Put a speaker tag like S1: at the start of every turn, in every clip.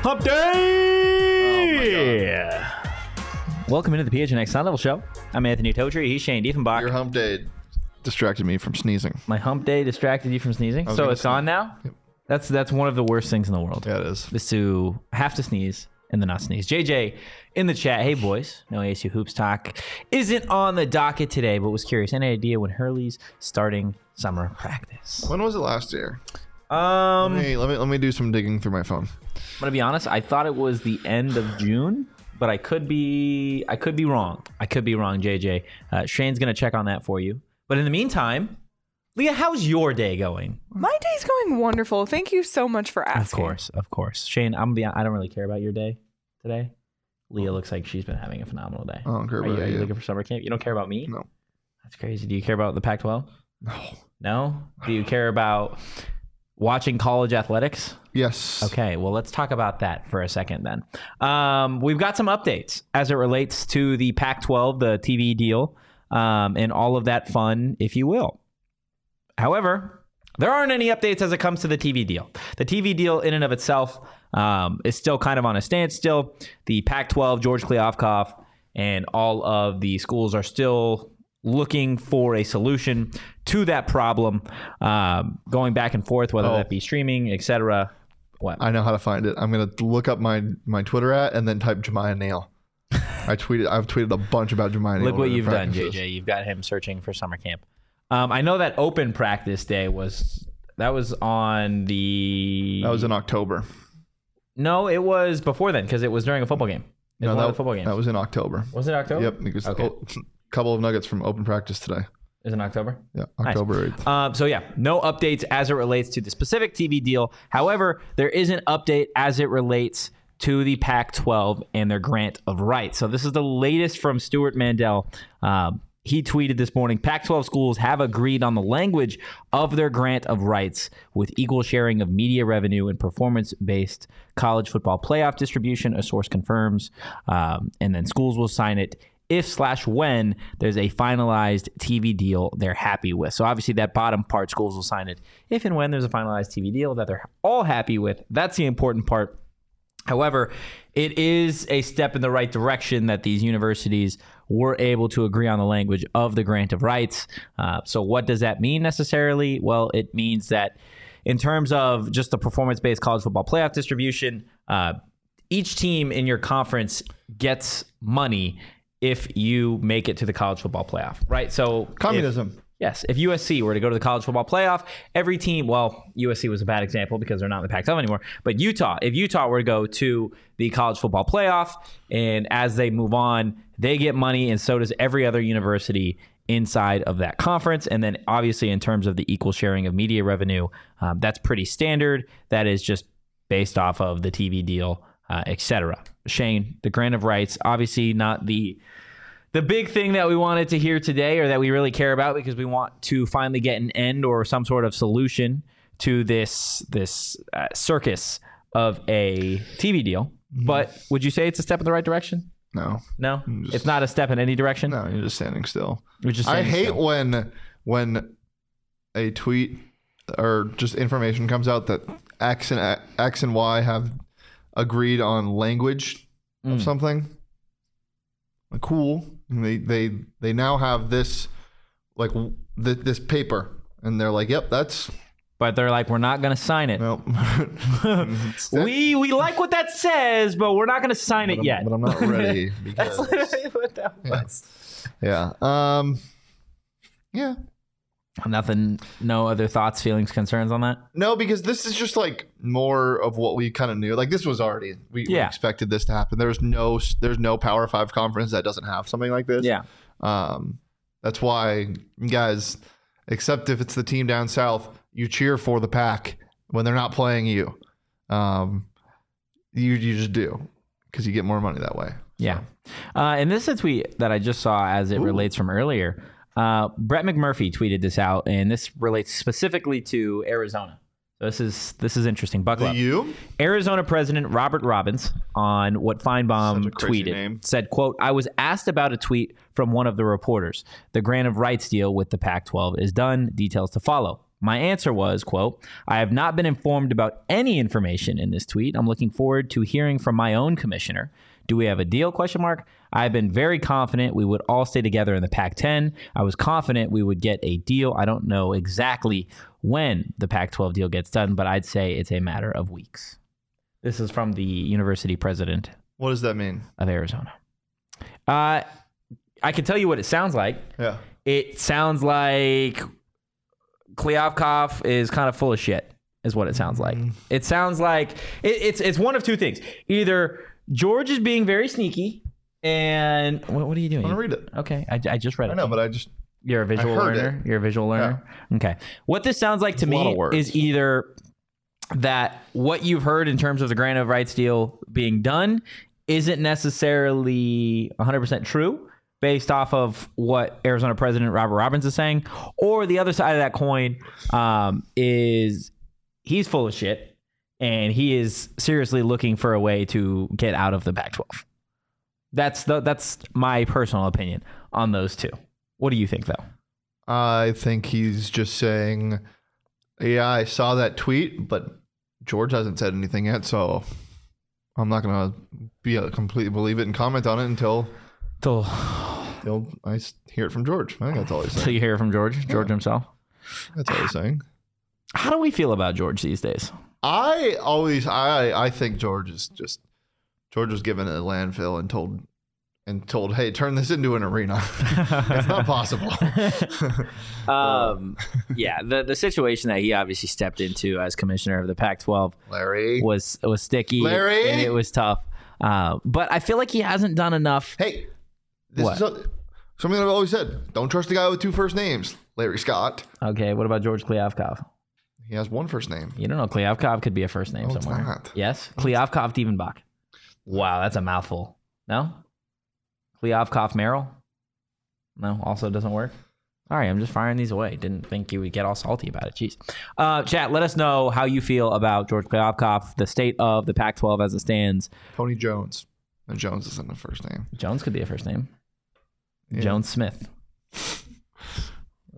S1: Hump day!
S2: Oh Welcome into the PHNX High Level Show. I'm Anthony Tocher. He's Shane Diefenbach.
S3: Your hump day distracted me from sneezing.
S2: My hump day distracted you from sneezing,
S3: was
S2: so
S3: gonna
S2: it's gone now. That's that's one of the worst things in the world.
S3: Yeah, it is.
S2: Is to have to sneeze and then not sneeze. JJ in the chat. Hey boys, no ASU hoops talk isn't on the docket today, but was curious. Any idea when Hurley's starting summer practice?
S3: When was it last year?
S2: Um,
S3: Hey, let me let me do some digging through my phone.
S2: I'm gonna be honest. I thought it was the end of June, but I could be I could be wrong. I could be wrong, JJ. Uh, Shane's gonna check on that for you. But in the meantime, Leah, how's your day going?
S4: My day's going wonderful. Thank you so much for
S2: Of
S4: asking.
S2: course, of course. Shane, I'm gonna be. I don't really care about your day today. Leah looks like she's been having a phenomenal day.
S3: Oh. I don't care
S2: Are you, are
S3: about
S2: Oh, you
S3: you.
S2: looking for summer camp? You don't care about me?
S3: No.
S2: That's crazy. Do you care about the Pac-12?
S3: No.
S2: No. Do you care about watching college athletics?
S3: Yes.
S2: Okay, well, let's talk about that for a second then. Um, we've got some updates as it relates to the Pac 12, the TV deal, um, and all of that fun, if you will. However, there aren't any updates as it comes to the TV deal. The TV deal, in and of itself, um, is still kind of on a standstill. The Pac 12, George Kleofkoff, and all of the schools are still looking for a solution to that problem, um, going back and forth, whether
S3: Oh.
S2: that be streaming, et cetera. What?
S3: I know how to find it. I'm gonna look up my my Twitter at and then type Jemiah Nail. I tweeted. I've tweeted a bunch about Jemiah Nail.
S2: Look what
S3: over the
S2: you've done,
S3: practices.
S2: JJ. You've got him searching for summer camp. Um, I know that open practice day was that was on the
S3: That was in October.
S2: no, it was before then because it was during a football game. It was one of
S3: that,
S2: the football games.
S3: that
S2: was,
S3: was in October.
S2: it October?
S3: Yep, because
S2: Okay.
S3: oh, couple of nuggets from open practice today.
S2: Is it October?
S3: Yeah, October 8th.
S2: Um, so yeah, no updates as it relates to the specific TV deal. However, there is an update as it relates to the Pac-12 and their grant of rights. So this is the latest from Stuart Mandel. Um, he tweeted this morning: Pac-12 schools have agreed on the language of their grant of rights, with equal sharing of media revenue and performance-based college football playoff distribution. A source confirms, um, and then schools will sign it if slash when there's a finalized TV deal they're happy with. So obviously that bottom part, schools will sign it if and when there's a finalized TV deal that they're all happy with. That's the important part. However, it is a step in the right direction that these universities were able to agree on the language of the grant of rights. Uh, so, what does that mean necessarily? Well, it means that in terms of just the performance based college football playoff distribution, uh, each team in your conference gets money if you make it to the college football playoff, right? So, if-
S3: Communism.
S2: Yes, if USC were to go to the college football playoff, every team, well, USC was a bad example because they're not in the Pac 12 anymore, but Utah, if Utah were to go to the college football playoff, and as they move on, they get money, and so does every other university inside of that conference. And then, obviously, in terms of the equal sharing of media revenue, um, that's pretty standard. That is just based off of the TV deal, uh, et cetera. Shane, the grant of rights, obviously not the the big thing that we wanted to hear today or that we really care about because we want to finally get an end or some sort of solution to this this uh, circus of a TV deal.
S3: Mm-hmm.
S2: But would you say it's a step in the right direction?
S3: No,
S2: No, it's not a step in any direction.
S3: Mm-hmm. no, you're just standing still.
S2: We're just
S3: I
S2: saying
S3: hate
S2: still.
S3: when when a tweet or just information comes out that X and X and Y have agreed on language of something. Like, cool. And they they they now have this like w- th- this paper, and they're like, yep, that's
S2: But they're like, we're not going to sign it.
S3: no. Mm-hmm.
S2: We we like what that says, but we're not going to sign it yet.
S3: but I'm not ready.
S2: That's
S3: Because,
S2: literally what that was.
S3: yeah. Um. Yeah.
S2: Nothing. No other thoughts, feelings, concerns on that.
S3: No, because this is just like more of what we kind of knew. Like this was already we, we
S2: Yeah.
S3: expected this to happen. There's no there's no Power Five conference that doesn't have something like this.
S2: Yeah.
S3: Um, that's why guys, except if it's the team down south, you cheer for the pack when they're not playing you. Um, you you just do because you get more money that way.
S2: Yeah. Uh, and this is a tweet that I just saw as it relates from earlier. Uh, Brett McMurphy tweeted this out, and this relates specifically to Arizona. So this is this is interesting. Buckle
S3: The
S2: up.
S3: U.
S2: Arizona President Robert Robbins on what Feinbaum
S3: Such a crazy
S2: tweeted
S3: name.
S2: said, "quote I was asked about a tweet from one of the reporters. The grant of rights deal with the Pac-12 is done. Details to follow." My answer was, quote, I have not been informed about any information in this tweet. I'm looking forward to hearing from my own commissioner. Do we have a deal? Question mark. I've been very confident we would all stay together in the Pac-10. I was confident we would get a deal. I don't know exactly when the Pac-12 deal gets done, but I'd say it's a matter of weeks. This is from the university president
S3: What does that mean?
S2: of Arizona. Uh, I can tell you what it sounds like.
S3: Yeah.
S2: It sounds like Klyavkov is kind of full of shit, is what it sounds like.
S3: Mm-hmm.
S2: It sounds like it, it's it's one of two things. Either George is being very sneaky, and what, what are you doing?
S3: I'm gonna read it.
S2: Okay, I, I just read it.
S3: I know, but I just
S2: You're a visual
S3: heard
S2: learner. You're a visual learner. Okay. What this sounds like to
S3: a lot
S2: me
S3: of words.
S2: is either that what you've heard in terms of the grant of rights deal being done isn't necessarily 100% true based off of what Arizona President Robert Robbins is saying, or the other side of that coin um, is he's full of shit and he is seriously looking for a way to get out of the Pac 12. That's the, that's my personal opinion on those two. What do you think though?
S3: I think he's just saying, "Yeah, I saw that tweet, but George hasn't said anything yet, so I'm not gonna be a complete believe it and comment on it until
S2: Till
S3: until I s- hear it from George." I think that's all he's
S2: till
S3: saying.
S2: you hear from George, George himself.
S3: That's all he's saying.
S2: How do we feel about George these days?
S3: I always, I, I think George is just George was given a landfill and told and told, "Hey, turn this into an arena." it's not possible.
S2: Um, yeah, the the situation that he obviously stepped into as commissioner of the Pac-12
S3: Larry.
S2: was was sticky,
S3: Larry?
S2: and it was tough. Uh, but I feel like he hasn't done enough.
S3: Hey, this
S2: What?
S3: is a- something I've always said. Don't trust the guy with two first names. Larry Scott.
S2: Okay, what about George Klyavkov?
S3: He has one first name.
S2: You don't know Klyavkov could be a first name
S3: No, Oh, it's
S2: somewhere.
S3: not.
S2: Yes, Klyavkov Dievenbach. Wow, that's a mouthful. No, Klyavkov Merrill. No, also doesn't work. All right, I'm just firing these away. Didn't think you would get all salty about it. Jeez. Uh, chat, let us know how you feel about George Klyavkov, the state of the Pac-12 as it stands.
S3: Tony Jones. No, Jones isn't a first name.
S2: Jones could be a first name.
S3: Yeah.
S2: Jones Smith.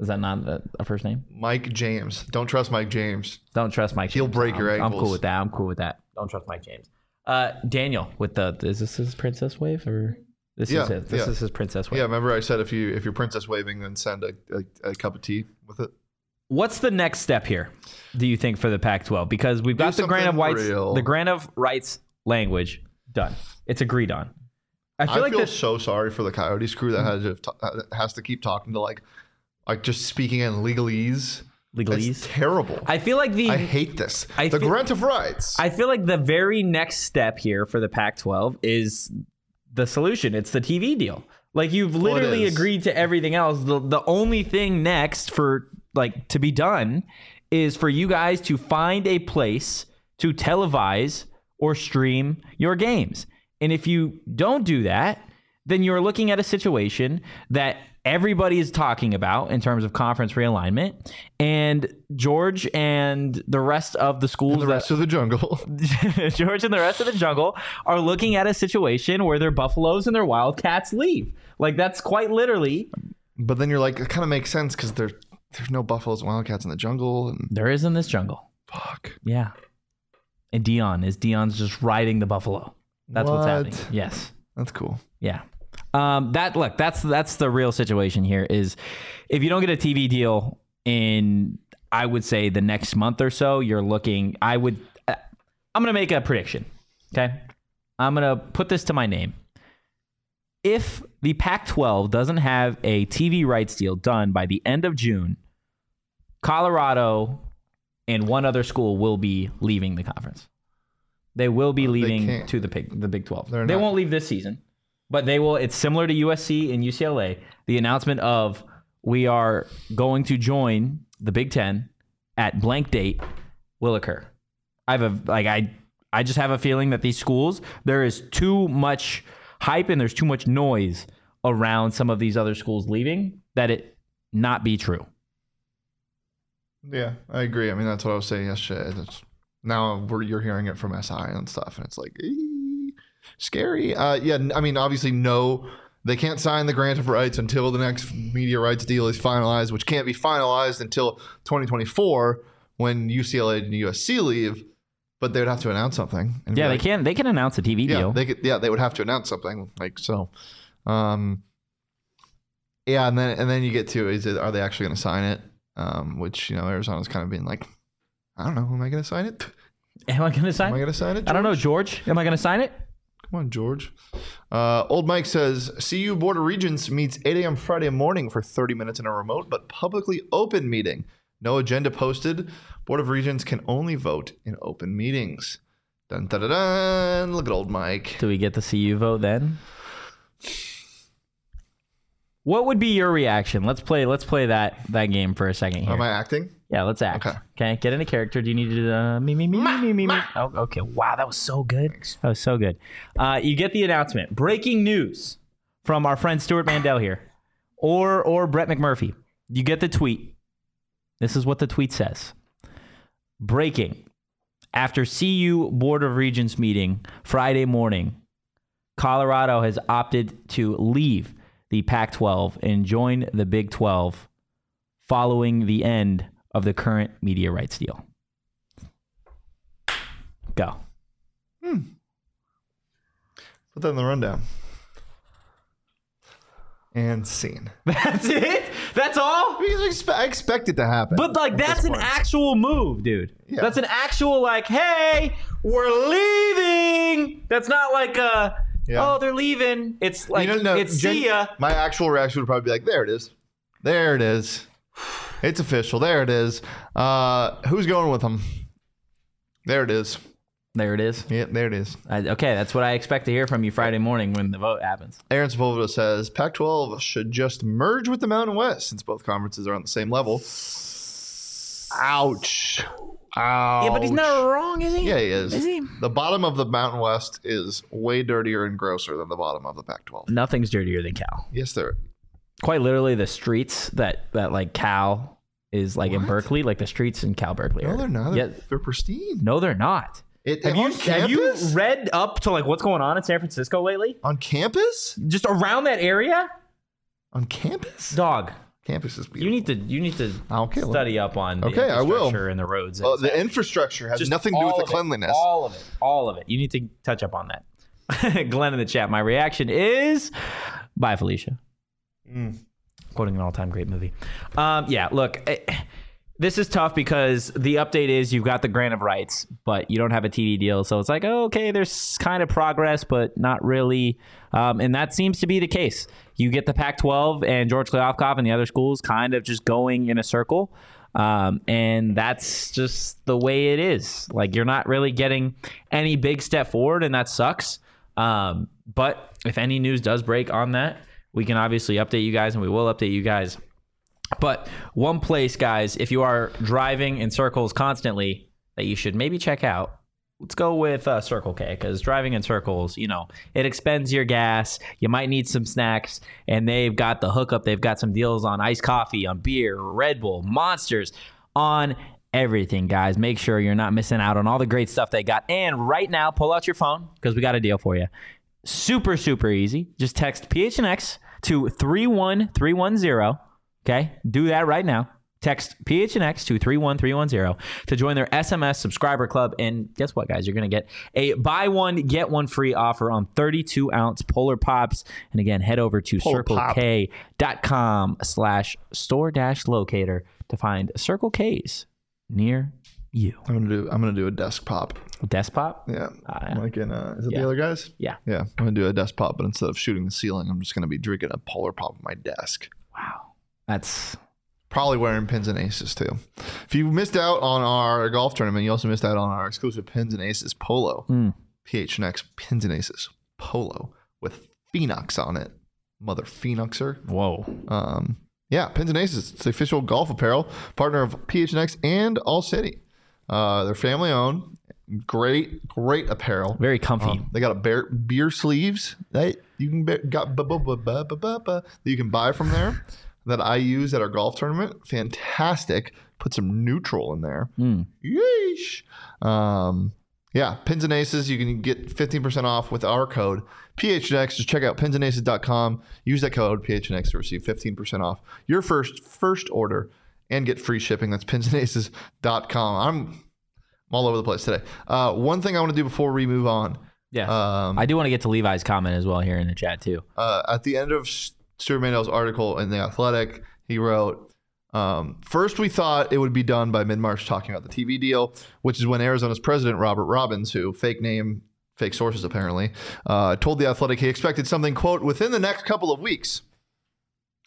S2: Is that not a, a first name?
S3: Mike James. Don't trust Mike James.
S2: Don't trust Mike.
S3: He'll
S2: James.
S3: break
S2: I'm,
S3: your
S2: I'm cool
S3: ankles.
S2: with that. I'm cool with that. Don't trust Mike James. Uh, Daniel with the is this his princess wave or this
S3: Yeah,
S2: is his, this
S3: yeah.
S2: is his princess wave.
S3: Yeah, remember I said if you if you're princess waving, then send a, a, a cup of tea with it.
S2: What's the next step here? Do you think for the Pac-12 because we've got the grant of
S3: something
S2: rights
S3: real.
S2: the grant of rights language done. It's agreed on. I
S3: I
S2: feel
S3: feel,
S2: like this.
S3: so sorry for the Coyotes crew that has to, that has to keep talking to like like just speaking in legalese. It's
S2: Legalese.
S3: terrible. I,
S2: I feel like the
S3: hate this.
S2: I
S3: the
S2: feel-
S3: grant of rights.
S2: I feel like the very next step here for the Pac 12 is the solution. It's the TV deal. Like you've
S3: Well, it
S2: literally
S3: is.
S2: agreed to everything else. The the only thing next for like to be done is for you guys to find a place to televise or stream your games. And if you don't do that, then you're looking at a situation that everybody is talking about in terms of conference realignment. And George and the rest of the schools
S3: the
S2: that-
S3: rest of the jungle.
S2: George and the rest of the jungle are looking at a situation where their buffaloes and their wildcats leave. Like that's quite literally.
S3: But then you're like, it kind of makes sense because there, there's no buffaloes and wildcats in the jungle, and
S2: There is in this jungle.
S3: fuck.
S2: Yeah. And Dion is Dion's just riding the buffalo. That's what's
S3: What?
S2: happening. Yes.
S3: That's cool.
S2: Yeah. Um, that look, that's that's the real situation here. Is if you don't get a TV deal in, I would say the next month or so, you're looking. I would. uh, I'm gonna make a prediction. Okay, I'm gonna put this to my name. If the Pac-12 doesn't have a TV rights deal done by the end of June, Colorado and one other school will be leaving the conference. They will be leaving
S3: can't.
S2: to the Big, the Big 12.
S3: They're
S2: they
S3: not.
S2: won't leave this season, but they will. It's similar to USC and UCLA. The announcement of we are going to join the Big 10 at blank date will occur. I have a like I I just have a feeling that these schools there is too much hype and there's too much noise around some of these other schools leaving that it not be true.
S3: Yeah, I agree. I mean, that's what I was saying yesterday. That's, now we're, you're hearing it from SI and stuff, and it's like "Ee, scary. Uh, yeah, n- I mean, obviously, no, they can't sign the grant of rights until the next media rights deal is finalized, which can't be finalized until 2024 when UCLA and USC leave. But they'd have to announce something. and be
S2: Yeah,
S3: like,
S2: they can they can announce a TV
S3: yeah,
S2: deal.
S3: They could, yeah, they would have to announce something like so. Um, yeah, and then and then you get to is it are they actually going to sign it? Um, which you know Arizona's kind of being like, I don't know, am I going to sign it?
S2: Am I going to
S3: Am
S2: sign?
S3: I
S2: it?
S3: going to sign it?
S2: I don't know,
S3: George?
S2: George. Am I going to sign it?
S3: Come on, George. Uh, old Mike says CU Board of Regents meets 8 a.m. Friday morning for 30 minutes in a remote but publicly open meeting. No agenda posted. Board of Regents can only vote in open meetings. Dun, dun, dun, dun. Look at old Mike.
S2: Do we get the CU vote then? What would be your reaction? Let's play. Let's play that that game for a second here.
S3: Am I acting?
S2: yeah, let's act. Okay.
S3: Okay.
S2: get into character. Do you need to do the uh, me me me me me me? me? Oh, okay. Wow, that was so good. That was so good. Uh, you get the announcement. Breaking news from our friend Stuart Mandel here, or or Brett McMurphy. You get the tweet. This is what the tweet says. Breaking. After CU Board of Regents meeting Friday morning, Colorado has opted to leave the Pac 12 and join the Big 12 following the end of the current media rights deal. Go.
S3: Put that in the rundown. And scene.
S2: That's it? That's all?
S3: Because I expe- I expect it to happen.
S2: But like
S3: at this
S2: that's an
S3: point.
S2: actual move, dude.
S3: Yeah.
S2: That's an actual like, hey, we're leaving. That's not like a
S3: Yeah.
S2: oh, they're leaving. It's like
S3: You know, no,
S2: it's
S3: gen-
S2: see ya.
S3: My actual reaction would probably be like, "There it is, there it is, it's official. There it is. Uh, who's going with them? There it is.
S2: There it is.
S3: Yeah, there it is."
S2: I, okay, that's what I expect to hear from you Friday morning when the vote happens.
S3: Aaron Sepulveda says Pac-12 should just merge with the Mountain West since both conferences are on the same level. Ouch. Ouch.
S2: Yeah, but he's not wrong, is he?
S3: Yeah, he is.
S4: Is he?
S3: The bottom of the Mountain West is way dirtier and grosser than the bottom of the Pac-12.
S2: Nothing's dirtier than Cal.
S3: Yes, there.
S2: Quite literally, the streets that that like Cal is like in Berkeley, like the streets in Cal Berkeley.
S3: No,
S2: are-
S3: they're not. They're,
S2: Yeah,
S3: they're pristine.
S2: no, they're not.
S3: It,
S2: Have
S3: on
S2: you have you
S3: campus?
S2: read up to like what's going on in San Francisco lately?
S3: on campus?
S2: Just around that area,
S3: On campus?
S2: dog.
S3: Campus is beautiful.
S2: You need to you need to
S3: Okay, well-
S2: study up on the
S3: Okay, I will.
S2: infrastructure and the roads.
S3: Oh, the infrastructure has
S2: Just
S3: nothing to do with
S2: all
S3: the
S2: of it.
S3: cleanliness.
S2: all of it. All of it. You need to touch up on that. Glenn in the chat. My reaction is bye, Felicia.
S3: Mm.
S2: Quoting an all time great movie. Um, yeah, look, eh, this is tough because the update is you've got the grant of rights, but you don't have a TV deal. So it's like, oh, okay, there's kind of progress, but not really. Um, and that seems to be the case. You get the Pac 12 and George Kleofkoff and the other schools kind of just going in a circle. Um, and that's just the way it is. Like you're not really getting any big step forward, and that sucks. Um, but if any news does break on that, we can obviously update you guys, and we will update you guys. But one place, guys, if you are driving in circles constantly, that you should maybe check out. Let's go with uh, Circle K because driving in circles, you know, it expends your gas. You might need some snacks, and they've got the hookup. They've got some deals on iced coffee, on beer, Red Bull, monsters, on everything, guys. Make sure you're not missing out on all the great stuff they got. And right now, pull out your phone because we got a deal for you super super easy just text phnx to 31310 okay do that right now Text PHNX to 31310 to join their SMS subscriber club. And guess what, guys? You're going to get a buy one, get one free offer on 32 ounce Polar Pops. And again, head over to
S3: Polar Pop.
S2: circlek.com slash store dash locator to find Circle K's near you.
S3: I'm gonna do. I'm gonna do a desk pop.
S2: Desk pop?
S3: Yeah.
S2: Ah,
S3: Like in uh, is it
S2: Yeah.
S3: the other guys?
S2: Yeah.
S3: Yeah. I'm gonna do a desk pop, but instead of shooting the ceiling, I'm just gonna be drinking a polar pop on my desk.
S2: Wow. That's
S3: Probably wearing pins and aces too. If you missed out on our golf tournament, you also missed out on our exclusive pins and aces polo.
S2: Mm.
S3: PHNX pins and aces polo with Phoenix on it. Mother Phoenixer.
S2: whoa.
S3: Um, yeah, Pins and Aces. It's the official golf apparel partner of PHNX and All City. Uh, they're family owned. Great, great apparel.
S2: Very comfy.
S3: Um, they got a beer, beer sleeves that you can be, got bu- bu- bu- bu- bu- bu- bu- that you can buy from there that I use at our golf tournament. Fantastic. Put some neutral in there.
S2: Hmm.
S3: Yeesh. Um, yeah, pins and aces. You can get 15% off with our code PHNX. Just check out pinsandaces.com. Use that code PHNX to receive 15% off your first first order and get free shipping. That's pinsandaces.com. I'm, I'm all over the place today. Uh, one thing I want to do before we move on.
S2: Yes.
S3: Um,
S2: I do want to get to Levi's comment as well here in the chat too.
S3: uh, at the end of Stuart Mandel's article in The Athletic, he wrote, um, First, we thought it would be done by mid March talking about the TV deal, which is when Arizona's president, Robert Robbins, who fake name, fake sources apparently, uh, told The Athletic he expected something, quote, within the next couple of weeks.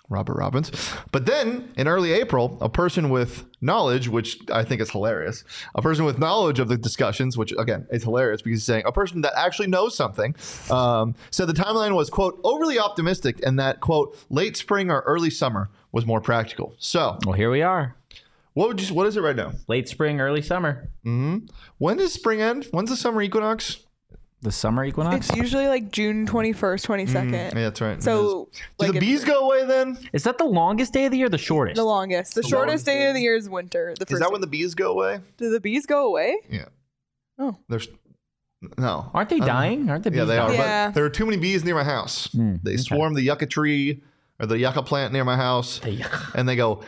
S3: Robert Robbins. But then in early April, a person with knowledge, which I think is hilarious, a person with knowledge of the discussions, which again is hilarious because he's saying a person that actually knows something, um, said the timeline was, quote, overly optimistic and that, quote, late spring or early summer was more practical. So
S2: Well, here we are.
S3: what would you, what is it right now? Mm-hmm.
S2: Late spring, early summer.
S3: When does spring end? When's the summer equinox?
S2: The summer equinox?
S4: It's usually like June 21st, 22nd.
S3: Mm-hmm. Yeah, that's right.
S4: So,
S3: do
S4: like,
S3: the
S4: if
S3: bees
S4: you're-
S3: go away then?
S2: Is that the longest day of the year? or The shortest?
S4: The longest. The, shortest day of the year is winter. The
S3: Is
S4: first
S3: that when
S4: day.
S3: the bees go away?
S4: Do the bees go away?
S3: Yeah.
S4: Oh.
S3: There's no.
S2: Aren't they
S3: I don't know.
S2: dying? Aren't the bees
S3: Uh-huh. yeah, they are.
S2: dying?
S4: Yeah.
S3: But there are too many bees near my house.
S2: Hmm,
S3: they swarm the yucca tree or the yucca plant near my house, and they go.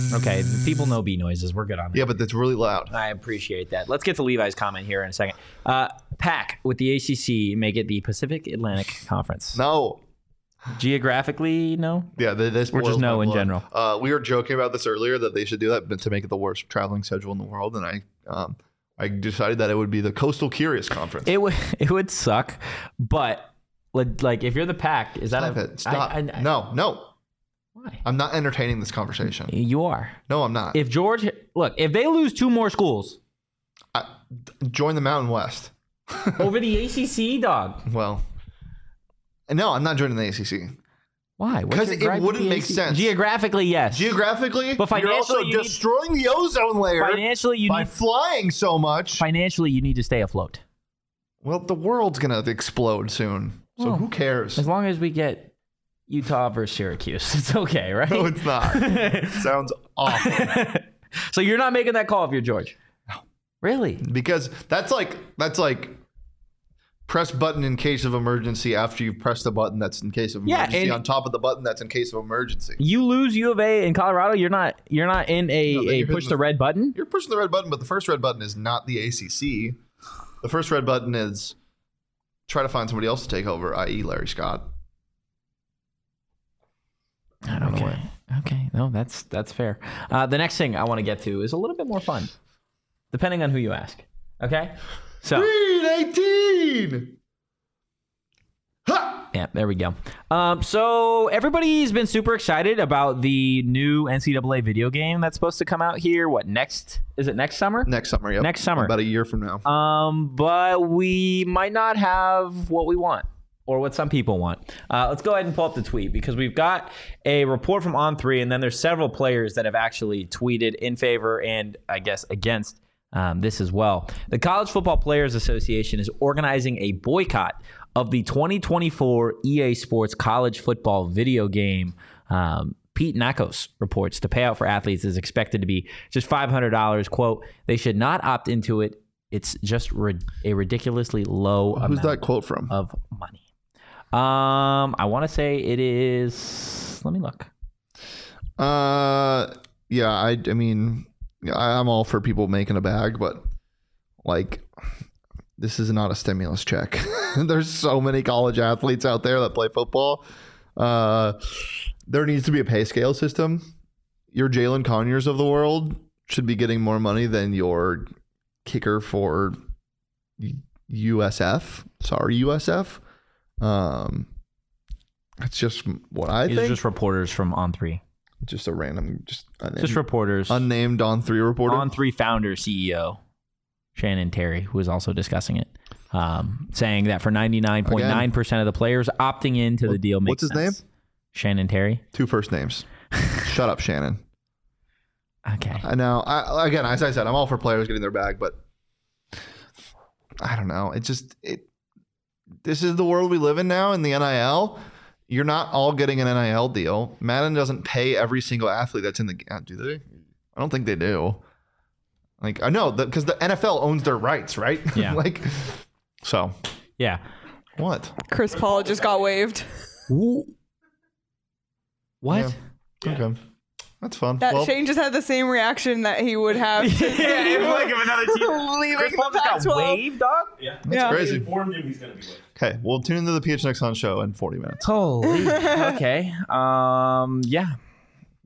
S2: Okay, the people know bee noises. We're good on that.
S3: Yeah, but that's really loud.
S2: I appreciate that. Let's get to Levi's comment here in a second. Uh, Pack with the ACC make it the Pacific Atlantic Conference.
S3: No.
S2: Geographically, no.
S3: Yeah, th- this
S2: Or just
S3: boils
S2: no
S3: my
S2: in
S3: blood.
S2: general.
S3: Uh, we were joking about this earlier that they should do that but to make it the worst traveling schedule in the world, and I, um, I decided that it would be the Coastal Curious Conference.
S2: It would it would suck, but li- like if you're the Pack, is that
S3: Stop
S2: a,
S3: it! Stop!
S2: I- I-
S3: no, no,
S2: Why?
S3: I'm not entertaining this conversation.
S2: You are.
S3: No, I'm not.
S2: If George, look, if they lose two more schools
S3: I, join the Mountain West.
S2: over the ACC, dog,
S3: Well, no, I'm not joining the ACC.
S2: why? What's
S3: 'Cause
S2: your
S3: it
S2: gripe with
S3: wouldn't
S2: the
S3: make sense.
S2: Geographically, yes.
S3: Geographically,
S2: But
S3: you're also
S2: financially, you need-
S3: destroying the ozone layer.
S2: financially, you
S3: by
S2: need
S3: flying so much.
S2: financially you need to stay afloat.
S3: well, the world's gonna explode soon, so
S2: Well,
S3: who cares?
S2: Hmm. As long as we get Utah versus Syracuse, it's okay, right?
S3: No, it's not. Sounds awful
S2: so you're not making that call if you're George. Really?
S3: because that's like that's like press button in case of emergency after you press the button that's in case of
S2: Yeah,
S3: emergency
S2: and-
S3: on top of the button that's in case of emergency.
S2: You lose U of A in Colorado, you're not you're not in a,
S3: No, but
S2: a
S3: you're
S2: push
S3: hitting
S2: the
S3: the-
S2: red button.
S3: You're pushing the red button, but the first red button is not the ACC. The first red button is try to find somebody else to take over, i.e., Larry Scott.
S2: Okay. Okay. No, that's that's fair. Uh, the next thing I want to get to is a little bit more fun, depending on who you ask. Okay. So.
S3: Green 18. Ha!
S2: Yeah, there we go. Um, so everybody's been super excited about the new NCAA video game that's supposed to come out here. What next? Is it next summer?
S3: Next summer, yep.
S2: Next summer.
S3: About a year from now.
S2: Um, but we might not have what we want or what some people want. Uh, let's go ahead and pull up the tweet because we've got a report from On3, and then there's several players that have actually tweeted in favor and I guess against. Um, this as well. The College Football Players Association is organizing a boycott of the 2024 EA Sports College Football video game. Um, Pete Nakos reports the payout for athletes is expected to be just $500. Quote, they should not opt into it. It's just rid- a ridiculously low
S3: Who's
S2: amount
S3: that quote from?
S2: of money. Um, I want to say it is. Let me look.
S3: Uh, yeah, I, I mean, I, I'm all for people making a bag, but like, this is not a stimulus check. There's so many college athletes out there that play football. Uh, there needs to be a pay scale system. Your Jalen Conyers of the world should be getting more money than your kicker for U- USF. Sorry, USF. Um, that's just what I
S2: These are
S3: think.
S2: just
S3: Just,
S2: reporters from On Three.
S3: a random, just unnamed,
S2: Just reporters.
S3: unnamed on three reporter.
S2: On Three founder CEO Shannon Terry, who was also discussing it, um, saying that for ninety nine point nine percent of the players opting into the deal makes
S3: what's his
S2: sense. Shannon Terry.
S3: Two first names. Shut up, Shannon.
S2: Okay.
S3: I know. I, again, as I said, I'm all for players getting their bag, but I don't know. It just it. This is the world we live in now in the NIL. You're not all getting an NIL deal. Madden doesn't pay every single athlete that's in the game, do they? I don't think they do. Like I know because the, NFL owns their rights, right?
S2: Yeah.
S3: like so,
S2: Yeah.
S3: what?
S4: Chris Paul just got waived.
S2: What?
S3: Yeah. Okay, that's fun.
S4: That
S3: well,
S4: Shane just had the same reaction that he would have. To
S2: yeah, it was like if another
S4: leaving the Pac-12.
S2: dog.
S3: that's crazy.
S1: Informed him he's going to be late.
S3: Okay, we'll tune into the PHNX on show in 40 minutes.
S2: Holy. okay. Um. Yeah.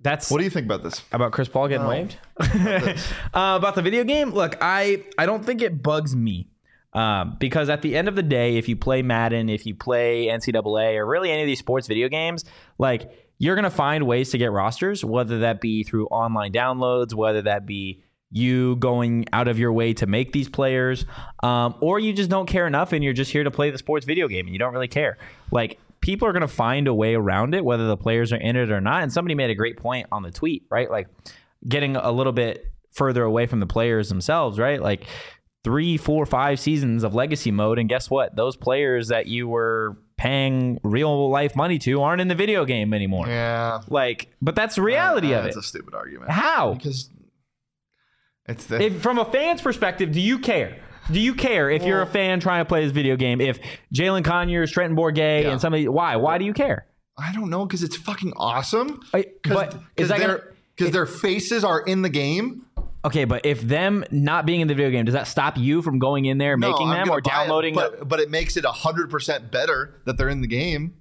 S2: That's
S3: What do you think about this?
S2: about Chris Paul getting waived. uh, about the video game. Look, I I don't think it bugs me. Um, because at the end of the day, if you play Madden, if you play NCAA, or really any of these sports video games, like you're gonna find ways to get rosters, whether that be through online downloads, whether that be you going out of your way to make these players, um, or you just don't care enough and you're just here to play the sports video game and you don't really care. Like people are gonna find a way around it, whether the players are in it or not. And somebody made a great point on the tweet, right? Like getting a little bit further away from the players themselves, right? Like three, four, five seasons of legacy mode, and guess what? Those players that you were paying real life money to aren't in the video game anymore.
S3: Yeah,
S2: Like, but that's the reality of it.
S3: Ah, That's a stupid argument.
S2: How?
S3: Because it's the,
S2: If, from a fan's perspective, do you care? Do you care if you're a fan trying to play this video game? If Jalen Conyers, Trenton Bourget,
S3: Yeah.
S2: and somebody, why? Why do you care?
S3: I don't know because it's fucking awesome.
S2: I- but is
S3: because
S2: that gonna-
S3: their faces are in the game.
S2: Okay, but if them not being in the video game, does that stop you from going in there,
S3: No,
S2: making
S3: I'm
S2: them,
S3: gonna
S2: or
S3: buy it,
S2: downloading? the-
S3: but but it makes it hundred percent better that they're in the game.